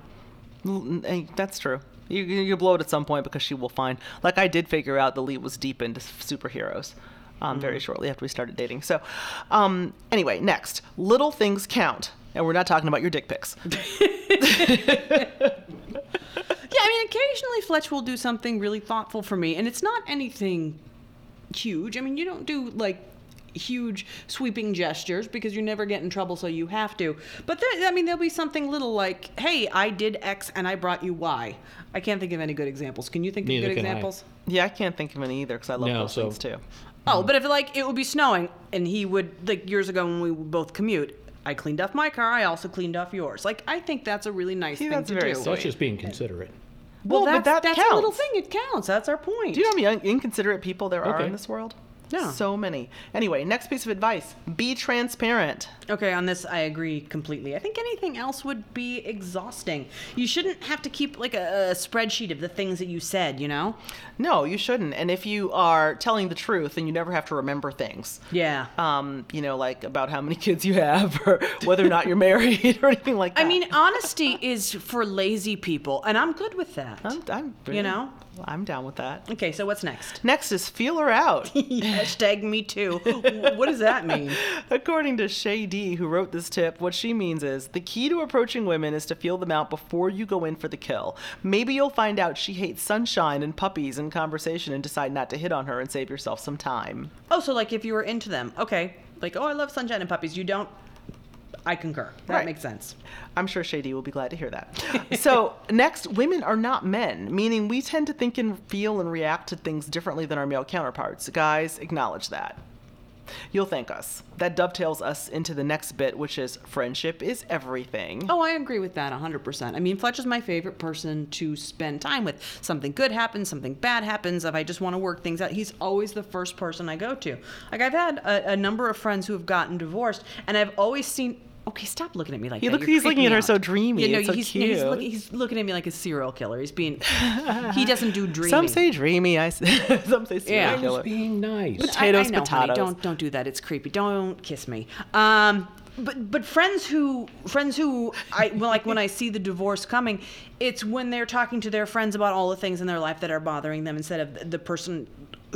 L- n- That's true. You you you blow it at some point because she will find. Like I did figure out the lead was deep into s- superheroes. Um, Mm-hmm. very shortly after we started dating. So, um, anyway, next, little things count, and we're not talking about your dick pics. Yeah, I mean, occasionally Fletch will do something really thoughtful for me, and it's not anything huge. I mean, you don't do like huge sweeping gestures because you never get in trouble, so you have to. But there, I mean, there'll be something little like, "Hey, I did X and I brought you Y." I can't think of any good examples. Can you think Neither of good can I. examples? Yeah, I can't think of any either because I love No, those so- things too. Oh, but if like it would be snowing and he would like years ago when we would both commute, I cleaned off my car, I also cleaned off yours. Like I think that's a really nice See, thing that's to very do. sweet. That's just being considerate. Well, Well, but that's, that that's a little counts. thing. It counts. That's our point. Do you know how many un- inconsiderate people there are Okay. in this world? Yeah. So many. Anyway, next piece of advice be transparent. Okay, on this I agree completely. I think anything else would be exhausting. You shouldn't have to keep like a, a spreadsheet of the things that you said, you know? No, you shouldn't. And if you are telling the truth, then you never have to remember things. Yeah. Um, you know, like about how many kids you have or whether or not you're married or anything like that. I mean, honesty is for lazy people, and I'm good with that. I'm, I'm You know? I'm down with that. Okay, so what's next? Next is feel her out. Hashtag me too. W- what does that mean? According to Shay D, who wrote this tip, what she means is the key to approaching women is to feel them out before you go in for the kill. Maybe you'll find out she hates sunshine and puppies and conversation and decide not to hit on her and save yourself some time. Oh, so like if you were into them, okay. Like, oh, I love sunshine and puppies. You don't. I concur. That Right. makes sense. I'm sure Shady will be glad to hear that. so, next, women are not men, meaning we tend to think and feel and react to things differently than our male counterparts. Guys, acknowledge that. You'll thank us. That dovetails us into the next bit, which is friendship is everything. Oh, I agree with that 100%. I mean, Fletch is my favorite person to spend time with. Something good happens, something bad happens. If I just want to work things out, he's always the first person I go to. Like, I've had a, a number of friends who have gotten divorced, and I've always seen. Okay, stop looking at me like He that. look- You're he's creeping looking me at her out. so dreamy. Yeah, no, It's so he's, no, he's, cute. look- he's looking at me like a serial killer. He's being. he doesn't do dreaming. Some say dreamy. I say, some say serial Yeah. I I was killer. being nice. I- potatoes, I, know, honey, potatoes. don't don't do that. It's creepy. Don't kiss me. Um, but but friends who friends who I well, like when I see the divorce coming, it's when they're talking to their friends about all the things in their life that are bothering them instead of the person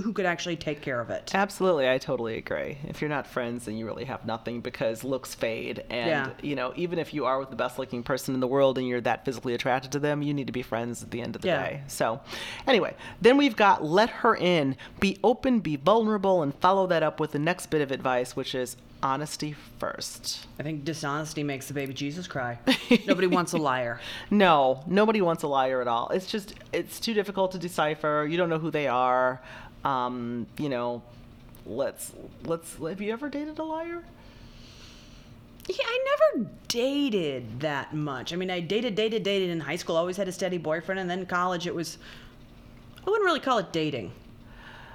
who could actually take care of it. Absolutely, I totally agree. If you're not friends, then you really have nothing because looks fade, and Yeah. you know, even if you are with the best-looking person in the world and you're that physically attracted to them, you need to be friends at the end of the Yeah. day. So, anyway, then we've got let her in, be open, be vulnerable, and follow that up with the next bit of advice, which is honesty first. I think dishonesty makes the baby Jesus cry. Nobody wants a liar. No, nobody wants a liar at all. It's just it's too difficult to decipher. You don't know who they are. Um, you know, let's let's have you ever dated a liar? Yeah, I never dated that much. I mean, I dated, dated, dated in high school. Always had a steady boyfriend, and then college, it was. I wouldn't really call it dating.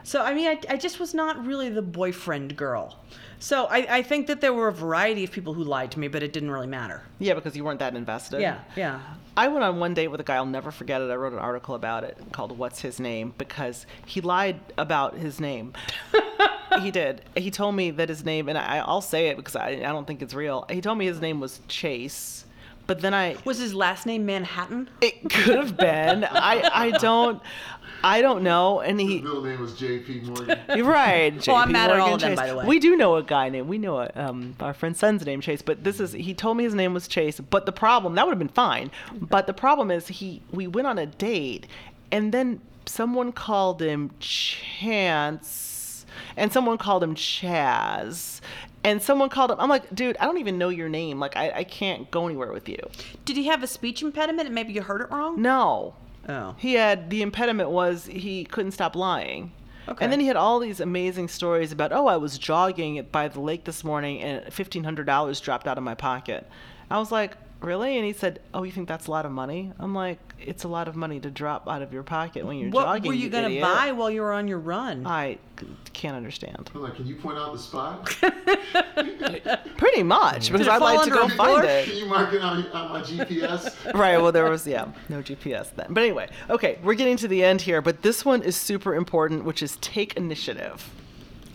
So I mean, I, I just was not really the boyfriend girl. So I, I think that there were a variety of people who lied to me, but it didn't really matter. Yeah, because you weren't that invested. Yeah, yeah. I went on one date with a guy, I'll never forget it. I wrote an article about it called What's His Name because he lied about his name. he did. He told me that his name, and I, I'll say it because I, I don't think it's real. He told me his name was Chase, but then I. Was his last name Manhattan? It could have been. I, I don't I don't know. And His he middle name was J.P. Morgan. you're right. Oh, I'm JP mad at all Morgan of them, Chase. by the way. We do know a guy named we know a, um, our friend's son's name Chase, but this is he told me his name was Chase. But the problem that would have been fine. But the problem is he we went on a date, and then someone called him Chance, and someone called him Chaz. And someone called him. I'm like, dude, I don't even know your name. Like, I, I can't go anywhere with you. Did he have a speech impediment, and maybe you heard it wrong? No. Oh. He had the impediment was he couldn't stop lying. Okay. And then he had all these amazing stories about, oh, I was jogging by the lake this morning and $1,500 dropped out of my pocket. I was like, really? And he said, oh, you think that's a lot of money? I'm like, it's a lot of money to drop out of your pocket when you're What jogging. were you, gonna idiot." buy while you were on your run? I c- can't understand. I'm like, can you point out the spot? Pretty much, because Mm. it I'd fall like to under go a find bush? it. Can you mark it on, on my GPS? right. Well, there was yeah, no GPS then. But anyway, okay, we're getting to the end here, but this one is super important, which is take initiative.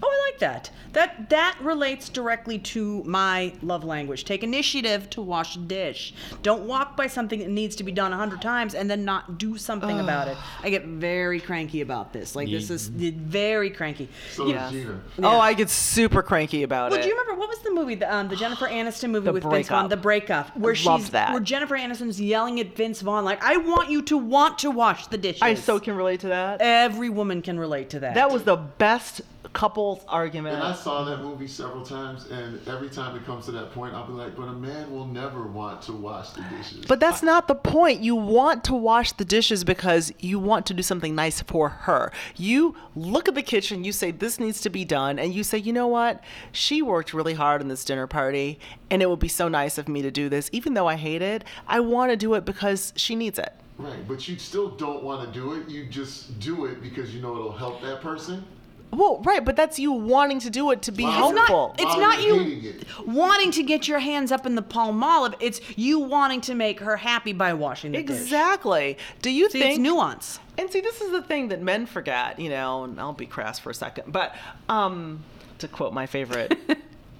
Oh, I like that. That that relates directly to my love language. Take initiative to wash a dish. Don't walk by something that needs to be done a hundred times and then not do something about it. I get very cranky about this. Like this is very cranky. So You- did Gina. Oh, I get super cranky about well, it. do you remember what was the movie, the, um, the Jennifer Aniston movie The with Vince Vaughn, Breakup. The Breakup, where love she's that. where Jennifer Aniston's yelling at Vince Vaughn like, "I want you to want to wash the dishes." I so can relate to that. every woman can relate to that. That was the best couple's argument. And I saw that movie several times, and every time it comes to that point, I'll be like, but a man will never want to wash the dishes. But that's not the point. You want to wash the dishes because you want to do something nice for her. You look at the kitchen, you say, This needs to be done. And you say, You know what? She worked really hard on this dinner party, and it would be so nice of me to do this. Even though I hate it, I want to do it because she needs it. right, but you still don't want to do it. You just do it because you know it'll help that person. Well, right, but that's you wanting to do it to be Wow. It's not. helpful. It's While not you're you hating it. wanting to get your hands up in the palm olive. It's you wanting to make her happy by washing the dish. exactly. Do you See, think it's nuance. And see, this is the thing that men forget, you know, and I'll be crass for a second, but um, to quote my favorite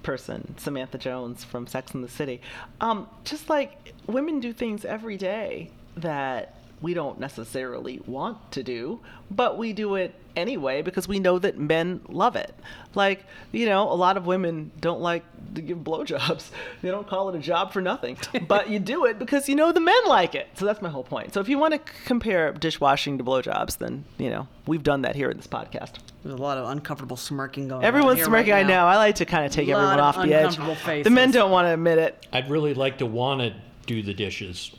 person, Samantha Jones from Sex and the City, um, just like women do things every day that we don't necessarily want to do, but we do it anyway because we know that men love it. Like, you know, a lot of women don't like to give blowjobs. They don't call it a job for nothing. But you do it because you know the men like it. So that's my whole point. So if you want to compare dishwashing to blowjobs, then, you know, we've done that here in this podcast. There's a lot of uncomfortable smirking going on. Everyone's here smirking, right I now. know. I like to kind of take Lot everyone of off the edge. uncomfortable The men faces. don't want to admit it. I'd really like to want to do the dishes,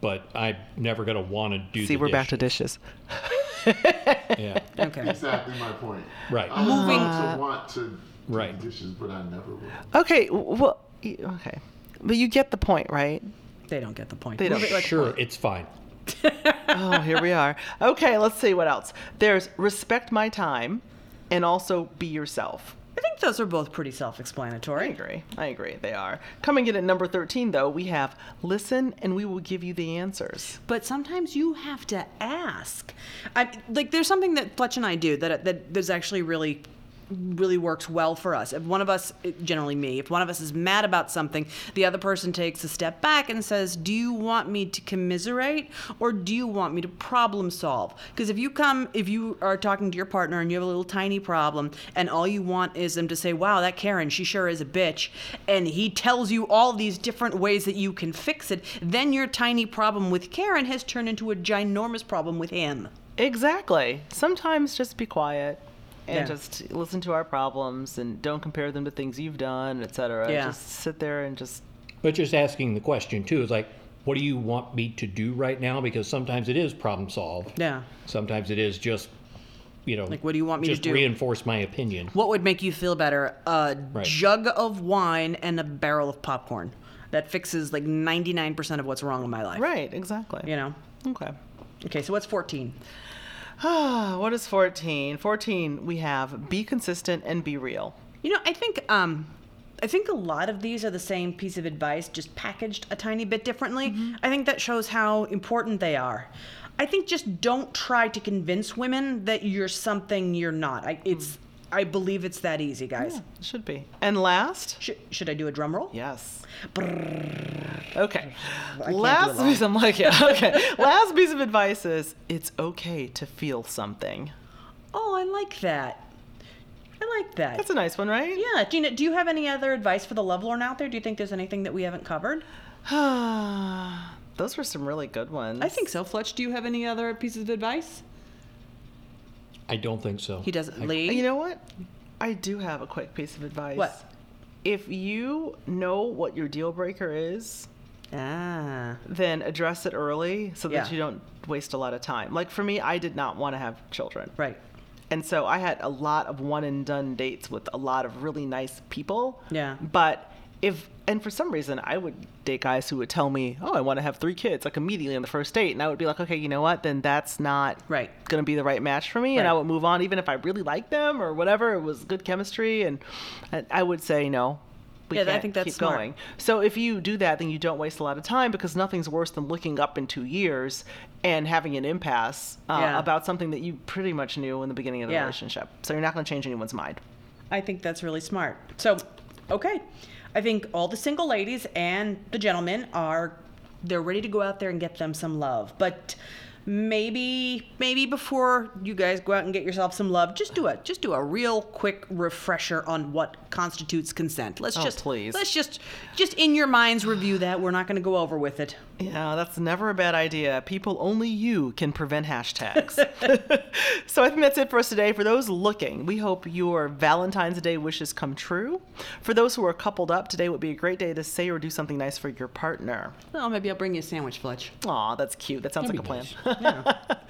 but I'm never going to want to do See, the we're back to dishes. dishes. Yeah. Okay. Exactly my point. Right. I Moving- want to want to do the Right. dishes, but I never will. Okay, w- well, y- okay. But you get the point, right? They don't get the point. They don't. sure, it's fine. oh, here we are. Okay, let's see what else. There's respect my time and also be yourself. I think those are both pretty I self-explanatory. agree. I agree. They are. Coming in at number 13, though, we have listen and we will give you the answers. But sometimes you have to ask. I, like there's something that Fletch and I do that that is actually really really works well for us. If one of us, generally me, if one of us is mad about something, the other person takes a step back and says, "Do you want me to commiserate or do you want me to problem solve?" Because if you come if you are talking to your partner and you have a little tiny problem and all you want is them to say, "Wow, that Karen, she sure is a bitch," and he tells you all these different ways that you can fix it, then your tiny problem with Karen has turned into a ginormous problem with him. Exactly. Sometimes just be quiet and Yeah. just listen to our problems and don't compare them to things you've done, etc. Yeah. Just sit there and just But just asking the question, too, is like, what do you want me to do right now? Because sometimes it is problem solve. Yeah. Sometimes it is just, you know, Like, what do you want me to just do? reinforce my opinion. What would make you feel better? A jug of wine and a barrel of popcorn. That fixes like 99% of what's wrong in my life. right. Exactly. You know? Okay. Okay, so what's 14? Ah, what is 14? 14, we have be consistent and be real. You know, I think um I think a lot of these are the same piece of advice just packaged a tiny bit differently. I think that shows how important they are. I think just don't try to convince women that you're something you're not. I it's I believe it's that easy, guys. Should be. And last, Should, should I do a drum roll? Yes. Okay. do Last that. piece, I'm like, yeah, okay. Last piece of advice is it's okay to feel something. Oh, I like that. I like that. That's a nice one, right? yeah, Gina, do you have any other advice for the lovelorn out there? Do you think there's anything that we haven't covered? Yeah. Those were some really good ones. I think so. Fletch, do you have any other pieces of advice? I don't think so. He doesn't. I- Lee? You know what? I do have a quick piece of advice. What? If you know what your deal breaker is, Ah. then address it early so that Yeah. you don't waste a lot of time. Like for me, I did not want to have children. Right. And so I had a lot of one and done dates with a lot of really nice people. Yeah. But if, and for some reason, I would date guys who would tell me, oh, I want to have three kids, like immediately on the first date. And I would be like, okay, you know what? Then that's not Right. going to be the right match for me. And Right. I would move on, even if I really liked them or whatever. It was good chemistry. And I- I would say, no. We Yeah, I can't think that's keep smart. going. So if you do that, then you don't waste a lot of time because nothing's worse than looking up in two years and having an impasse uh, Yeah. about something that you pretty much knew in the beginning of the Yeah. relationship. So you're not going to change anyone's mind. I think that's really smart. So, okay. I think all the single ladies and the gentlemen are they're ready to go out there and get them some love. But maybe maybe before you guys go out and get yourself some love, just do a just do a real quick refresher on what constitutes consent. Let's Oh, just please. let's just just in your minds review that. We're not going to go over with it. Yeah, that's never a bad idea. People only you can prevent hashtags. so I think that's it for us today. For those looking, we hope your Valentine's Day wishes come true. For those who are coupled up, today would be a great day to say or do something nice for your partner. Oh, maybe I'll bring you a sandwich, Fletch. Aw, that's cute. That sounds That'd like a plan. be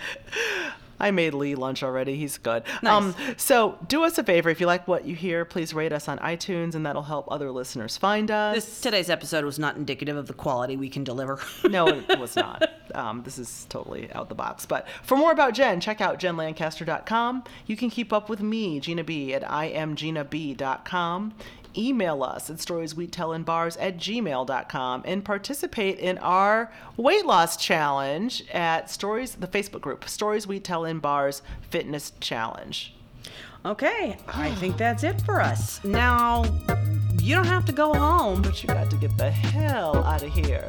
I made Lee lunch already. He's good. Um, Nice. so do us a favor. If you like what you hear, please rate us on iTunes, and that'll help other listeners find us. This today's episode was not indicative of the quality we can deliver. no, it was not. Um, this is totally out the box. But for more about Jen, check out jenlancaster.com. You can keep up with me, Gina B, at imginab.com. Email us at storieswetellandbars at gmail.com and participate in our weight loss challenge at Stories, the Facebook group, Stories We Tell in Bars Fitness Challenge. okay, I think that's it for us. Now, you don't have to go home. But you got to get the hell out of here.